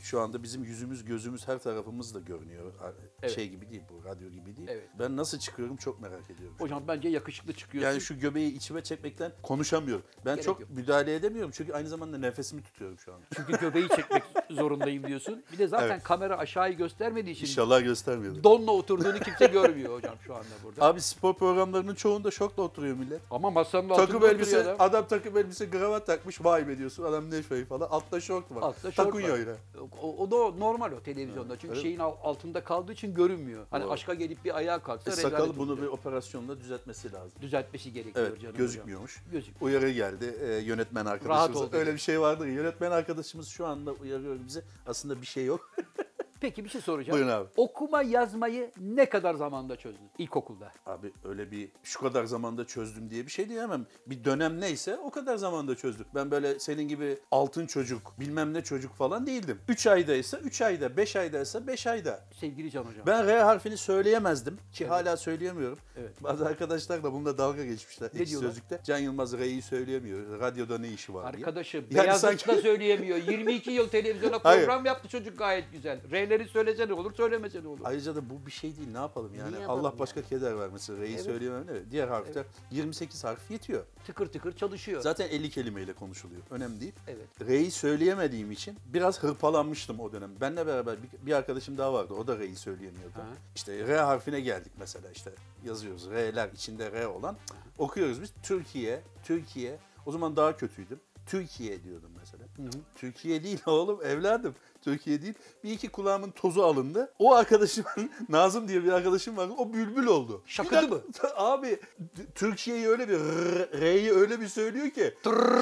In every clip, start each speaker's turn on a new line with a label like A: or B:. A: şu anda bizim yüzümüz, gözümüz, her tarafımız da görünüyor.
B: Evet.
A: Şey gibi değil bu, radyo gibi değil.
B: Evet.
A: Ben nasıl çıkıyorum çok merak ediyorum.
B: Hocam bence yakışıklı çıkıyorsun.
A: Yani şu göbeği içime çekmekten konuşamıyorum. Ben
B: Gerek
A: çok
B: yok.
A: müdahale edemiyorum çünkü aynı zamanda nefesimi tutuyorum şu anda.
B: Çünkü göbeği çekmek zorundayım diyorsun. Bir de zaten
A: Evet.
B: kamera aşağıyı göstermediği için
A: İnşallah göstermiyorum.
B: donla oturduğunu kimse görmüyor hocam şu anda burada.
A: Abi spor programlarının çoğunda şokla oturuyor millet.
B: Ama masanın
A: Takım
B: altında
A: elbise,
B: oturuyor
A: adam.
B: adam.
A: takım elbise kravat takmış vay be diyorsun adam ne şey falan. Altta şort var.
B: Altta şort
A: Takun
B: var.
A: yayla.
B: O, o da normal o televizyonda. Çünkü
A: öyle mi?
B: şeyin al- altında kaldığı için görünmüyor. Hani
A: Doğru.
B: aşka gelip bir ayağa kalksa
A: E,
B: rezalet
A: sakal
B: olur
A: bunu bir
B: diyor.
A: operasyonla düzeltmesi lazım.
B: düzeltmesi gerekiyor
A: Evet
B: canım
A: gözükmüyormuş.
B: hocam. Gözük.
A: Uyarı geldi e, yönetmen
B: Rahat
A: arkadaşımız.
B: ol dedi.
A: Öyle bir şey vardı. ya, Yönetmen arkadaşımız şu anda uyarıyor bizi. Aslında bir şey yok.
B: Peki bir şey soracağım.
A: Buyurun abi.
B: Okuma yazmayı ne kadar zamanda çözdün? İlkokulda.
A: Abi öyle bir şu kadar zamanda çözdüm diye bir şey diyemem. Bir dönem neyse o kadar zamanda çözdük. Ben böyle senin gibi altın çocuk, bilmem ne çocuk falan değildim. 3 aydaysa 3 ayda, 5 aydaysa 5 ayda.
B: Sevgili Can Hocam.
A: Ben R harfini söyleyemezdim ki hala söyleyemiyorum.
B: Evet.
A: Bazı arkadaşlar da bununla dalga geçmişler.
B: Ne
A: ekşi
B: diyorlar?
A: sözlükte Can Yılmaz R'yi söyleyemiyor. Radyoda ne işi var diye.
B: Arkadaşı
A: Yani
B: Beyazıt
A: sanki-
B: da söyleyemiyor. 22 yıl televizyona
A: Hayır.
B: program yaptı çocuk gayet güzel. R'leri söylese ne olur söylemese ne olur.
A: Ayrıca da bu bir şey değil. Ne yapalım yani?
B: Niye yapalım
A: Allah başka keder vermesin. R'yi
B: Evet.
A: söyleyemem ne? Diğer harfler 28 harf yetiyor.
B: Tıkır tıkır çalışıyor.
A: Zaten 50 kelimeyle konuşuluyor. Önemli değil.
B: Evet.
A: R'yi söyleyemediğim için biraz hırpalanmıştım o dönem. Benle beraber bir, bir arkadaşım daha vardı. O da R'yi söyleyemiyordu.
B: Ha.
A: İşte R harfine geldik mesela işte yazıyoruz. R'ler içinde R olan. Okuyoruz biz Türkiye, Türkiye. O zaman daha kötüydüm. Türkiye diyordum mesela. Türkiye değil oğlum evladım. Türkiye değil. Bir iki kulağımın tozu alındı. O arkadaşım Nazım diye bir arkadaşım vardı. O bülbül oldu.
B: Şakacı
A: Bir dakika, Abi Türkiye'yi öyle bir R- R'yi öyle bir söylüyor ki.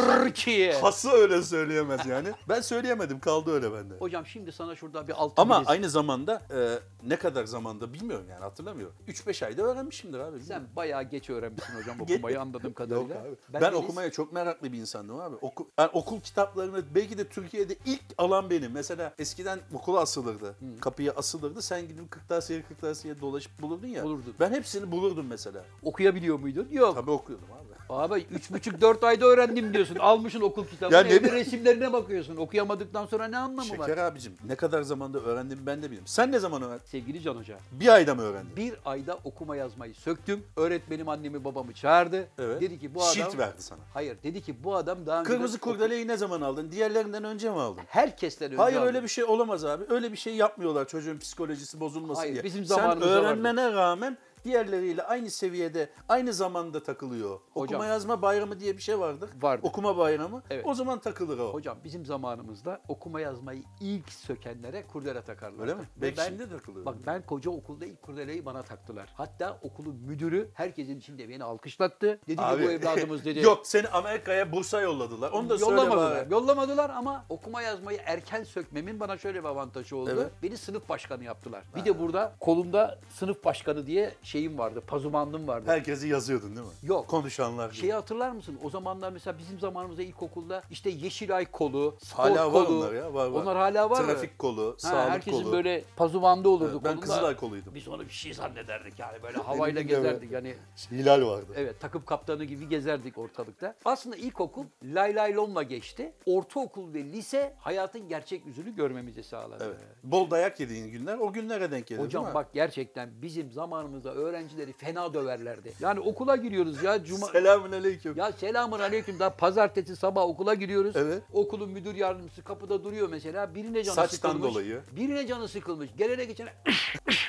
B: Türkiye.
A: Hası öyle söyleyemez yani. Ben söyleyemedim kaldı öyle bende.
B: Hocam şimdi sana şurada bir altın
A: Ama
B: bilezik.
A: aynı zamanda e, ne kadar zamanda bilmiyorum yani hatırlamıyorum. 3-5 ayda öğrenmişimdir abi. bilmiyorum.
B: Sen bayağı geç öğrenmişsin hocam
A: Geç-
B: okumayı anladığım
A: Yok
B: kadarıyla.
A: abi. Ben,
B: Ben, deniz-
A: okumaya çok meraklı bir insandım abi. Oku, yani okul kitaplarını belki de Türkiye'de ilk alan benim. Mesela eskiden okula asılırdı. Kapıya asılırdı. Sen gidip kırtasiye kırtasiye dolaşıp bulurdun ya.
B: Bulurdun.
A: Ben hepsini bulurdum mesela.
B: okuyabiliyor muydun? Yok.
A: Tabii okuyordum abi.
B: Abi üç buçuk dört ayda öğrendim diyorsun. Almışsın okul kitabını,
A: Ya ne
B: evde
A: bi-
B: resimlerine bakıyorsun. Okuyamadıktan sonra ne anlamı
A: Şeker
B: var?
A: abicim ne kadar zamanda öğrendim ben de bilmiyorum. Sen ne zaman öğrendin?
B: Sevgili Can Hoca,
A: Bir ayda mı öğrendin?
B: bir ayda okuma yazmayı söktüm. Öğretmenim annemi babamı çağırdı.
A: Evet.
B: Dedi ki bu adam...
A: Şilt verdi sana.
B: Hayır dedi ki bu adam daha önce...
A: Kırmızı kurdeleyi ne zaman aldın? Diğerlerinden önce mi aldın?
B: Herkesten önce
A: Hayır
B: aldı.
A: öyle bir şey olamaz abi. Öyle bir şey yapmıyorlar çocuğun psikolojisi bozulmasın
B: Hayır,
A: diye.
B: bizim
A: Sen
B: zamanımızda
A: öğrenmene rağmen diğerleriyle aynı seviyede, aynı zamanda takılıyor. Okuma yazma bayramı diye bir şey vardır.
B: Vardı.
A: Okuma bayramı.
B: Evet.
A: O zaman takılır o.
B: Hocam bizim zamanımızda okuma yazmayı ilk sökenlere kurdele takarlardı.
A: Öyle mi?
B: Ve
A: Belki
B: ben-
A: şimdi takılıyor.
B: Bak ben koca okulda ilk kurdeleyi bana taktılar. Hatta okulun müdürü herkesin içinde beni alkışlattı. Dedi ki bu evladımız dedi.
A: Yok seni Amerika'ya Bursa yolladılar. Onu da söyle
B: yollamadılar.
A: bari.
B: Yollamadılar ama okuma yazmayı erken sökmemin bana şöyle bir avantajı oldu.
A: Evet.
B: Beni sınıf başkanı yaptılar. Bir de burada kolumda sınıf başkanı diye şeyim vardı. Pazumandım vardı.
A: Herkesi yazıyordun değil mi?
B: Yok.
A: Konuşanlar. gibi.
B: Şeyi hatırlar mısın? O zamanlar mesela bizim zamanımızda ilkokulda işte Yeşilay kolu, spor
A: Hala var
B: kolu.
A: onlar ya, var var.
B: Onlar hala var mı?
A: Trafik kolu,
B: Ha,
A: sağlık
B: herkesin
A: kolu.
B: böyle pazuvanda olurdu
A: ben
B: kolunda.
A: Kızılay koluydum.
B: Biz onu bir şey zannederdik yani böyle havayla
A: Benim de öyle.
B: gezerdik yani.
A: Hilal vardı.
B: Evet takım kaptanı gibi gezerdik ortalıkta. Aslında ilkokul lay lay lomla geçti. Ortaokul ve lise hayatın gerçek yüzünü görmemizi sağladı.
A: Evet. Bol dayak yediğin günler o günlere denk gelir değil mi?
B: Hocam bak gerçekten bizim zamanımızda öğrencileri fena döverlerdi. Yani okula giriyoruz ya cuma
A: Selamun aleyküm.
B: ya selamun aleyküm daha pazartesi sabah okula giriyoruz.
A: Evet.
B: Okulun müdür yardımcısı kapıda duruyor mesela. Birine canı
A: Saçtan
B: sıkılmış.
A: dolayı.
B: Birine canı sıkılmış. Gelene geçene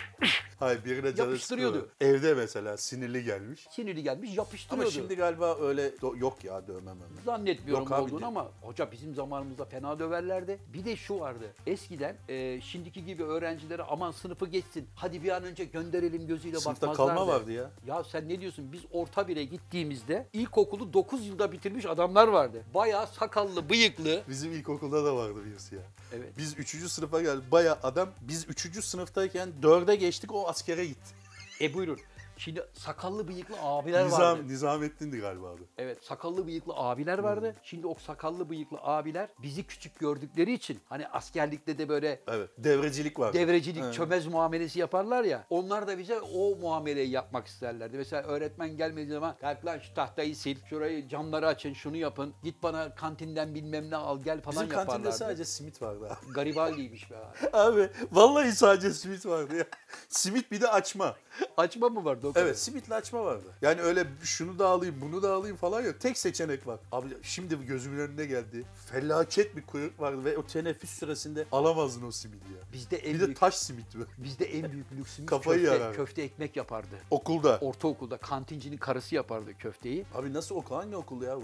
A: Hayır birine canı
B: Yapıştırıyordu.
A: sıkılıyor. Evde mesela sinirli gelmiş.
B: sinirli gelmiş yapıştırıyordu.
A: Ama şimdi galiba öyle do- yok ya dövmem öyle.
B: Zannetmiyorum
A: Yok abi
B: olduğunu
A: diyor.
B: ama hoca bizim zamanımızda fena döverlerdi. Bir de şu vardı. Eskiden e, şimdiki gibi öğrencilere aman sınıfı geçsin. Hadi bir an önce gönderelim gözüyle
A: Sınıfta
B: bakmazlardı.
A: kalma vardı ya.
B: Ya sen ne diyorsun? Biz orta bire gittiğimizde ilkokulu 9 yılda bitirmiş adamlar vardı. Bayağı sakallı, bıyıklı.
A: Bizim ilkokulda da vardı birisi ya.
B: Evet.
A: Biz 3. sınıfa geldik. Baya adam biz 3. sınıftayken 4'e geçtik o askere gitti.
B: E buyurun. Şimdi sakallı bıyıklı abiler vardı.
A: Nizam, Nizamettin'di galiba adı.
B: Evet sakallı bıyıklı abiler vardı.
A: Hmm.
B: Şimdi o sakallı bıyıklı abiler bizi küçük gördükleri için hani askerlikte de böyle
A: Evet. Devrecilik vardı.
B: devrecilik,
A: Evet.
B: çömez muamelesi yaparlar ya. Onlar da bize o muameleyi yapmak isterlerdi. Mesela öğretmen gelmediği zaman kalk lan şu tahtayı sil, şurayı camları açın, şunu yapın. Git bana kantinden bilmem ne al gel falan
A: Bizim kantinde
B: yaparlardı.
A: sadece simit vardı abi.
B: Garibaldi'ymiş be abi.
A: Abi vallahi sadece simit vardı ya. Simit bir de açma.
B: Açma mı vardı o kadar?
A: Evet simitle açma vardı. Yani öyle şunu da alayım bunu da alayım falan yok. Tek seçenek var. Abi şimdi gözümün önüne geldi. Felaket bir kuyruk vardı ve o teneffüs süresinde alamazdın o simidi ya.
B: Bizde en
A: Bir de
B: büyük
A: taş simit mi?
B: bizde en büyük lüksümüz
A: Kafayı
B: köfte,
A: yarar.
B: köfte ekmek yapardı.
A: Okulda.
B: Ortaokulda kantincinin karısı yapardı köfteyi.
A: Abi nasıl okul? Hangi okul ya bu?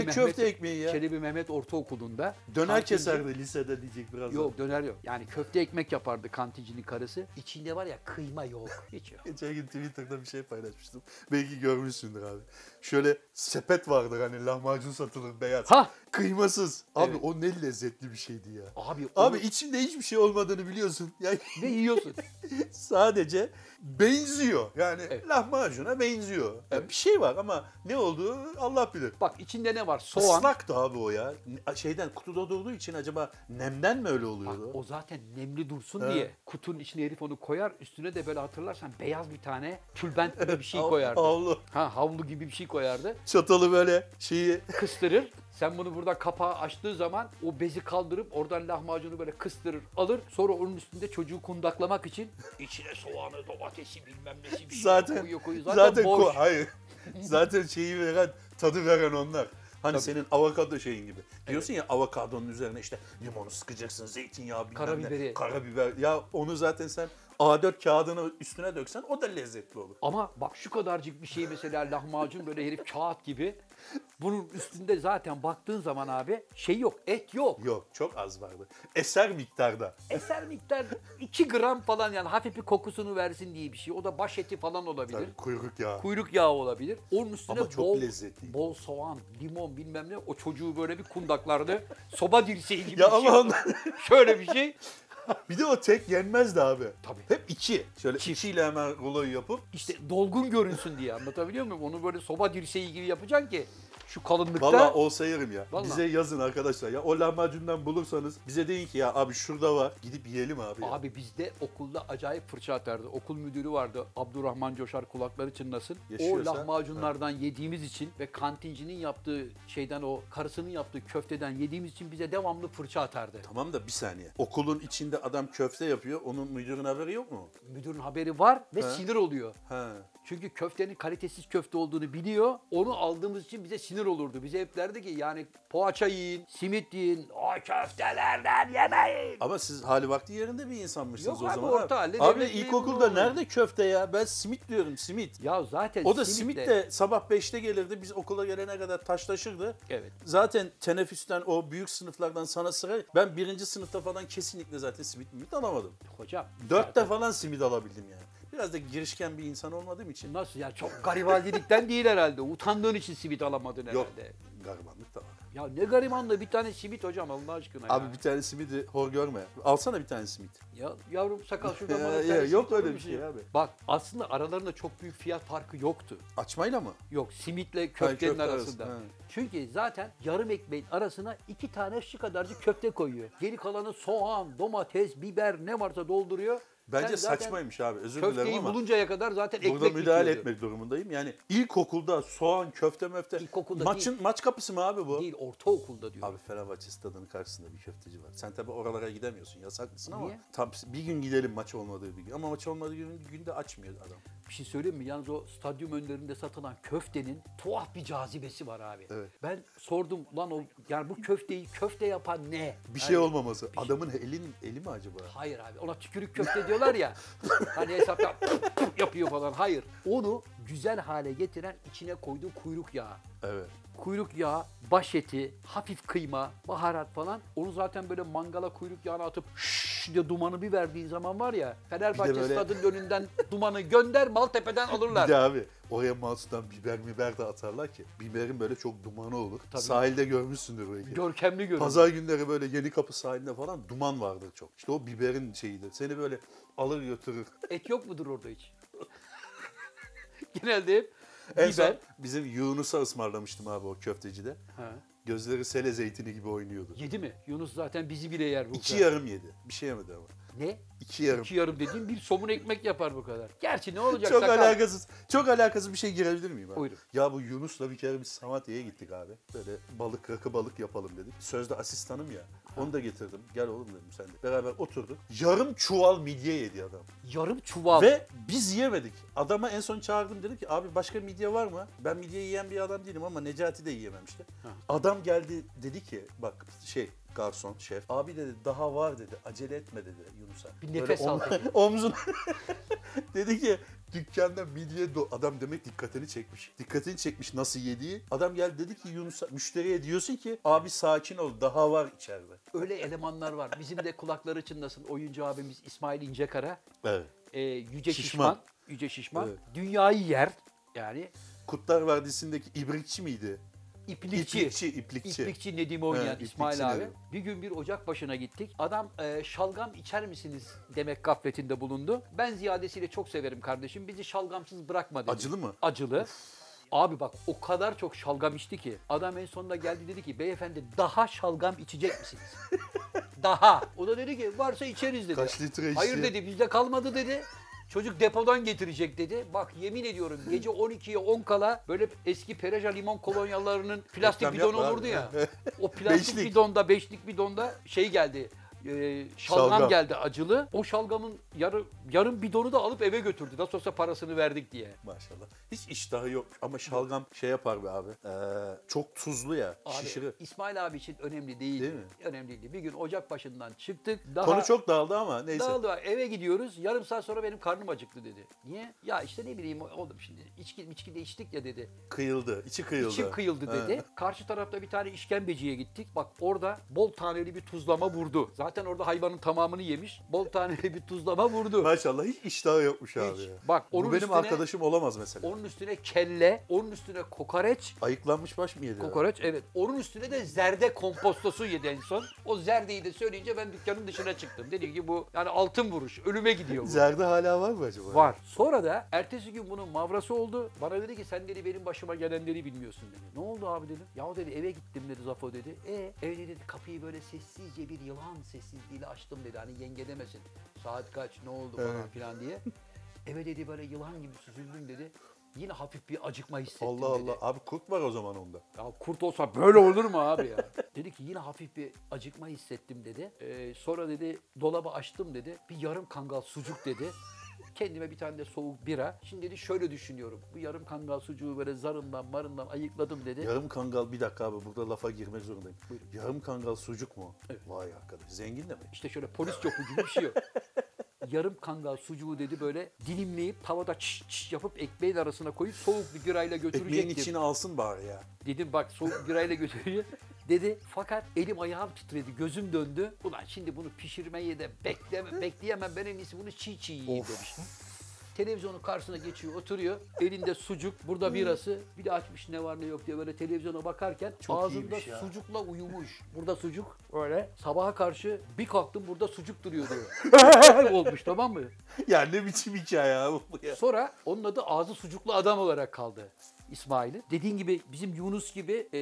A: ne
B: Mehmet-
A: köfte ekmeği ya?
B: Çelebi Mehmet Ortaokulu'nda
A: Döner
B: kantinci-
A: keserdi lisede diyecek birazdan.
B: Yok döner yok. Yani köfte ekmek yapardı kantincinin karısı. İçinde var ya kıyma yok. Hiç yok.
A: Geçen gün Twitter'da bir şey paylaşmıştım. Belki görmüşsündür abi. Şöyle sepet vardır hani lahmacun satılır beyaz.
B: Ha
A: Kıymasız. Abi
B: Evet.
A: o ne lezzetli bir şeydi ya.
B: abi
A: Abi
B: abi
A: içinde hiçbir şey olmadığını biliyorsun. Yani
B: ne yiyorsun?
A: sadece benziyor. Yani
B: Evet.
A: lahmacuna benziyor. Yani
B: Evet.
A: Bir şey var ama ne olduğu Allah bilir.
B: Bak içinde ne var? Soğan.
A: Islaktı abi o ya. Şeyden kutuda durduğu için acaba nemden mi öyle
B: Bak,
A: oluyordu?
B: o zaten nemli dursun
A: Evet.
B: diye kutunun içine herif onu koyar. Üstüne de böyle hatırlarsan beyaz bir tane tülbent gibi bir şey
A: Av-
B: koyardı.
A: Avlu.
B: Ha havlu gibi bir şey koyardı.
A: Çatalı böyle şeyi
B: Kıstırır. Sen bunu burada kapağı açtığı zaman o bezi kaldırıp oradan lahmacunu böyle kıstırır alır. Sonra onun üstünde çocuğu kundaklamak için içine soğanı, domatesi bilmem nesi bir şey
A: Zaten-
B: koyuyor koyuyor.
A: Zaten,
B: Zaten, boş.
A: ko- hayır. Zaten şeyi veren, tadı veren onlar. Hani
B: Tabii.
A: senin avokado şeyin gibi. Diyorsun ya avokadonun üzerine işte limonu sıkacaksın, zeytinyağı bilmem ne.
B: Karabiberi.
A: Karabiber. Ya onu zaten sen A4 kağıdını üstüne döksen o da lezzetli olur.
B: Ama bak şu kadarcık bir şey mesela lahmacun böyle herif kağıt gibi. Bunun üstünde zaten baktığın zaman abi şey yok, et yok.
A: Yok çok az vardı. Eser miktarda.
B: Eser miktar 2 gram falan yani hafif bir kokusunu versin diye bir şey. O da baş eti falan olabilir.
A: Tabii, kuyruk yağı.
B: Kuyruk yağı olabilir. Onun üstüne
A: Ama çok
B: bol,
A: lezzetliydi.
B: bol soğan, limon bilmem ne. O çocuğu böyle bir kundaklardı. Soba dirseği gibi
A: ya
B: bir şey.
A: ama onlar-
B: Şöyle bir şey.
A: bir de o tek yenmezdi abi.
B: Tabii.
A: Hep iki. Şöyle
B: Çift.
A: ikiyle hemen ruloyu yapıp
B: İşte dolgun görünsün diye anlatabiliyor muyum? Onu böyle soba dirseği gibi yapacaksın ki şu kalınlıkta.
A: Valla olsa yerim ya.
B: Vallahi.
A: Bize yazın arkadaşlar. Ya o lahmacundan bulursanız bize deyin ki ya abi şurada var. Gidip yiyelim abi. ya.
B: Abi bizde okulda acayip fırça atardı. Okul müdürü vardı Abdurrahman Coşar kulakları çınlasın. o
A: Yaşıyorsa-
B: lahmacunlardan yediğimiz için ve kantincinin yaptığı şeyden o karısının yaptığı köfteden yediğimiz için bize devamlı fırça atardı.
A: Tamam da bir saniye. Okulun içinde adam köfte yapıyor. Onun müdürün haberi yok mu?
B: Müdürün haberi var ve
A: He.
B: sinir oluyor.
A: Ha.
B: Çünkü köftenin kalitesiz köfte olduğunu biliyor. Onu aldığımız için bize sinir olurdu. Bize hep derdi ki yani poğaça yiyin, simit yiyin, o köftelerden yemeyin.
A: Ama siz hali vakti yerinde bir insanmışsınız
B: Yok
A: o
B: abi,
A: zaman.
B: orta halli
A: abi. Abi
B: devlet
A: ilkokulda
B: memuru.
A: nerede köfte ya? Ben simit diyorum simit.
B: Ya zaten
A: O da simit
B: simitle-
A: de sabah 5'te gelirdi. Biz okula gelene kadar taşlaşırdı.
B: Evet.
A: Zaten teneffüsten o büyük sınıflardan sana sıra. Ben birinci sınıfta falan kesinlikle zaten simit mimit alamadım.
B: Hocam.
A: Dörtte falan simit alabildim yani. Biraz da girişken bir insan olmadığım için.
B: Nasıl ya? Çok garibaldilikten değil herhalde. Utandığın için simit alamadın herhalde.
A: Yok. Garibanlık da var.
B: Ya ne garibanlı bir tane simit hocam Allah aşkına ya.
A: Abi bir tane simidi hor görme. Alsana bir tane simit.
B: Ya yavrum sakal şuradan
A: Ya,
B: bana bir
A: ya,
B: tane
A: yok
B: simit
A: öyle
B: olur
A: bir
B: mu
A: şey
B: şimdi?
A: abi.
B: Bak aslında aralarında çok büyük fiyat farkı yoktu.
A: Açmayla mı?
B: Yok simitle köftenin
A: köfte
B: arasında.
A: arası, he.
B: Çünkü zaten yarım ekmeğin arasına iki tane şu kadarcık köfte koyuyor. Geri kalanı soğan, domates, biber ne varsa dolduruyor.
A: Bence
B: Sen zaten
A: saçmaymış abi. Özür dilerim
B: Köfteyi
A: ama.
B: buluncaya kadar zaten ekmek
A: Burada müdahale
B: bitiyordu.
A: etmek durumundayım. Yani ilkokulda soğan, köfte, möfte.
B: İlkokulda
A: Maçın maç kapısı mı abi bu?
B: Değil ortaokulda diyor.
A: Abi Fenerbahçe stadının karşısında bir köfteci var. Sen tabii oralara gidemiyorsun. Yasaklısın ama
B: Niye?
A: tam bir gün gidelim maç olmadığı bir gün. Ama maç olmadığı gün, günde açmıyor adam.
B: Bir şey söyleyeyim mi? Yalnız o stadyum önlerinde satılan köftenin tuhaf bir cazibesi var abi.
A: Evet.
B: Ben sordum lan o yani bu köfteyi köfte yapan ne?
A: Bir şey
B: Yani,
A: olmaması. Adamın elin eli mi acaba?
B: Hayır abi ona tükürük köfte diyorlar ya. hani hesapta yapıyor falan. Hayır. Onu güzel hale getiren içine koyduğu kuyruk yağı.
A: Evet.
B: Kuyruk yağı, baş eti, hafif kıyma, baharat falan. Onu zaten böyle mangala kuyruk yağına atıp şşş diye dumanı bir verdiğin zaman var ya. Fenerbahçe
A: böyle-
B: stadının önünden dumanı gönder Maltepe'den alırlar.
A: Bir de abi oraya masudan biber biber de atarlar ki. Biberin böyle çok dumanı olur.
B: Tabii.
A: Sahilde görmüşsündür belki.
B: Görkemli görünüyor.
A: Pazar günleri böyle yeni kapı sahilinde falan duman vardır çok. İşte o biberin şeyidir. Seni böyle alır götürür.
B: Et yok mudur orada hiç? Genelde hep
A: En son
B: biber.
A: bizim Yunus'a ısmarlamıştım abi o köftecide.
B: Ha.
A: Gözleri sele zeytini gibi oynuyordu.
B: Yedi mi? Yunus zaten bizi bile yer bu
A: İki
B: kadar.
A: yarım yedi. Bir şey yemedi ama.
B: Ne?
A: İki yarım.
B: İki yarım dediğin bir somun ekmek yapar bu kadar. Gerçi ne olacak?
A: Çok
B: sakal.
A: alakasız. Çok alakasız bir şey girebilir miyim abi?
B: Buyurun.
A: Ya bu Yunus'la bir kere biz Samatya'ya gittik abi. Böyle balık, rakı balık yapalım dedik. Sözde asistanım ya. Onu da getirdim. Gel oğlum dedim sen de. Beraber oturduk. Yarım çuval midye yedi adam.
B: Yarım çuval.
A: Ve biz yemedik. Adama en son çağırdım dedim ki abi başka midye var mı? Ben midye yiyen bir adam değilim ama Necati de yiyememişti.
B: Ha.
A: Adam geldi dedi ki bak şey garson şef abi dedi daha var dedi acele etme dedi Yunus'a.
B: Bir
A: Böyle
B: nefes al
A: om-
B: dedi.
A: omzuna dedi ki dükkanda midye do- adam demek dikkatini çekmiş. Dikkatini çekmiş nasıl yediği. Adam geldi dedi ki Yunus'a müşteriye diyorsun ki abi sakin ol daha var içeride.
B: Öyle elemanlar var. Bizim de kulakları çınlasın oyuncu abimiz İsmail İncekara.
A: Evet.
B: e, Yüce Şişman.
A: Şişman.
B: Yüce Şişman.
A: Evet.
B: Dünyayı yer. Yani
A: Kutlar Vadisi'ndeki ibrikçi miydi?
B: iplikçi.
A: İplikçi, iplikçi.
B: İplikçi Nedim oynayan
A: Evet, İplikçi
B: İsmail abi.
A: Nedim.
B: Bir gün bir ocak başına gittik. Adam e, şalgam içer misiniz demek gafletinde bulundu. Ben ziyadesiyle çok severim kardeşim. Bizi şalgamsız bırakma dedi.
A: Acılı mı?
B: Acılı. Abi bak o kadar çok şalgam içti ki. Adam en sonunda geldi dedi ki beyefendi daha şalgam içecek misiniz? daha. O da dedi ki varsa içeriz dedi.
A: Kaç litre içti?
B: Hayır dedi bizde kalmadı dedi. Çocuk depodan getirecek dedi. Bak yemin ediyorum gece 12'ye 10 kala böyle eski Pereja limon kolonyalarının plastik
A: Reklam
B: bidonu
A: yapma
B: olurdu
A: abi.
B: ya. O plastik
A: Beşlik.
B: bidonda, beşlik bidonda şey geldi. e, şalgam,
A: Şalgam.
B: geldi acılı. O şalgamın yarı, yarım bidonu da alıp eve götürdü. Nasıl olsa parasını verdik diye.
A: Maşallah. Hiç iştahı yok ama şalgam şey yapar be abi. Ee, çok tuzlu ya.
B: Abi,
A: Şişirir.
B: İsmail abi için önemli değildi.
A: Değil mi?
B: Önemliydi. Bir gün ocak başından çıktık. Daha
A: Konu çok dağıldı ama neyse.
B: Dağıldı. Eve gidiyoruz. Yarım saat sonra benim karnım acıktı dedi. Niye? Ya işte ne bileyim oğlum şimdi içki, içki de içtik ya dedi.
A: Kıyıldı. içi kıyıldı.
B: İçim kıyıldı
A: Ha.
B: dedi. Karşı tarafta bir tane işkembeciye gittik. Bak orada bol taneli bir tuzlama vurdu. Zaten orada hayvanın tamamını yemiş. Bol taneli bir tuzlama vurdu.
A: Maşallah hiç iştahı yokmuş abi.
B: Hiç.
A: ya.
B: Bak
A: Bu
B: onun
A: benim
B: üstüne,
A: arkadaşım olamaz mesela.
B: onun üstüne kelle, onun üstüne kokoreç.
A: Ayıklanmış baş mı yedi?
B: Kokoreç evet. Onun üstüne de zerde kompostosu yedi en son. O zerdeyi de söyleyince ben dükkanın dışına çıktım. Dediğim gibi bu yani altın vuruş. Ölüme gidiyor bu.
A: Zerde hala var mı acaba?
B: Var. Sonra da ertesi gün bunun mavrası oldu. Bana dedi ki sen dedi benim başıma gelenleri bilmiyorsun dedi. Ne oldu abi dedim. Ya dedi eve gittim dedi Zafo dedi. E evde dedi kapıyı böyle sessizce bir yılan sessizliğiyle açtım dedi. Hani yenge demesin. Saat kaç ne oldu falan
A: Evet.
B: filan diye. Eve dedi böyle yılan gibi süzüldüm dedi. Yine hafif bir acıkma hissettim
A: Allah
B: dedi.
A: Allah. Abi kurt var o zaman onda.
B: Ya kurt olsa böyle olur mu abi ya? dedi ki yine hafif bir acıkma hissettim dedi. Ee, sonra dedi dolabı açtım dedi. Bir yarım kangal sucuk dedi. Kendime bir tane de soğuk bira. Şimdi dedi şöyle düşünüyorum. Bu yarım kangal sucuğu böyle zarından marından ayıkladım dedi.
A: Yarım kangal bir dakika abi burada lafa girmek zorundayım.
B: Buyurun.
A: Yarım kangal sucuk mu?
B: Evet.
A: Vay arkadaş. Zengin de mi?
B: İşte şöyle polis çopu gibi bir şey yok. Yarım kangal sucuğu dedi böyle dilimleyip tavada çiş çiş yapıp ekmeğin arasına koyup soğuk bir birayla
A: Ekmeğin
B: götürecektim.
A: içine alsın bari ya.
B: Dedim bak soğuk birayla götürüyor. Dedi fakat elim ayağım titredi, gözüm döndü. Ulan şimdi bunu pişirmeye de bekleme, bekleyemem ben en iyisi bunu çiğ çiğ yiyeyim demiş. Televizyonun karşısına geçiyor, oturuyor. Elinde sucuk,
A: Hmm.
B: burada birası. Bir de açmış ne var ne yok diye böyle televizyona bakarken
A: Çok
B: ağzında
A: iyiymiş ya.
B: sucukla uyumuş. Burada sucuk öyle. Sabaha karşı bir kalktım burada sucuk duruyor diyor. Olmuş tamam mı?
A: ya ne biçim hikaye abi bu ya.
B: Sonra onun adı ağzı sucuklu adam olarak kaldı İsmail'in. Dediğin gibi bizim Yunus gibi e,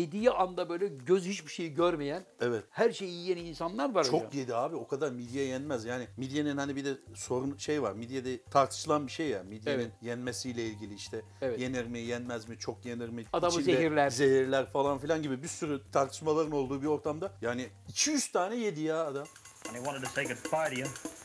B: yediği anda böyle göz hiçbir şeyi görmeyen,
A: Evet.
B: her şeyi yiyen insanlar var hocam.
A: Çok yedi abi o kadar midye yenmez. Yani midyenin hani bir de sorun şey var. Midyede tartışılan bir şey ya. Midyenin
B: Evet.
A: yenmesiyle ilgili işte
B: Evet.
A: yenir mi yenmez mi çok yenir mi?
B: Adamı
A: içinde
B: zehirler.
A: Zehirler falan filan gibi bir sürü tartışmaların olduğu bir ortamda. Yani 200 tane yedi ya adam.
C: and he wanted to say goodbye to you.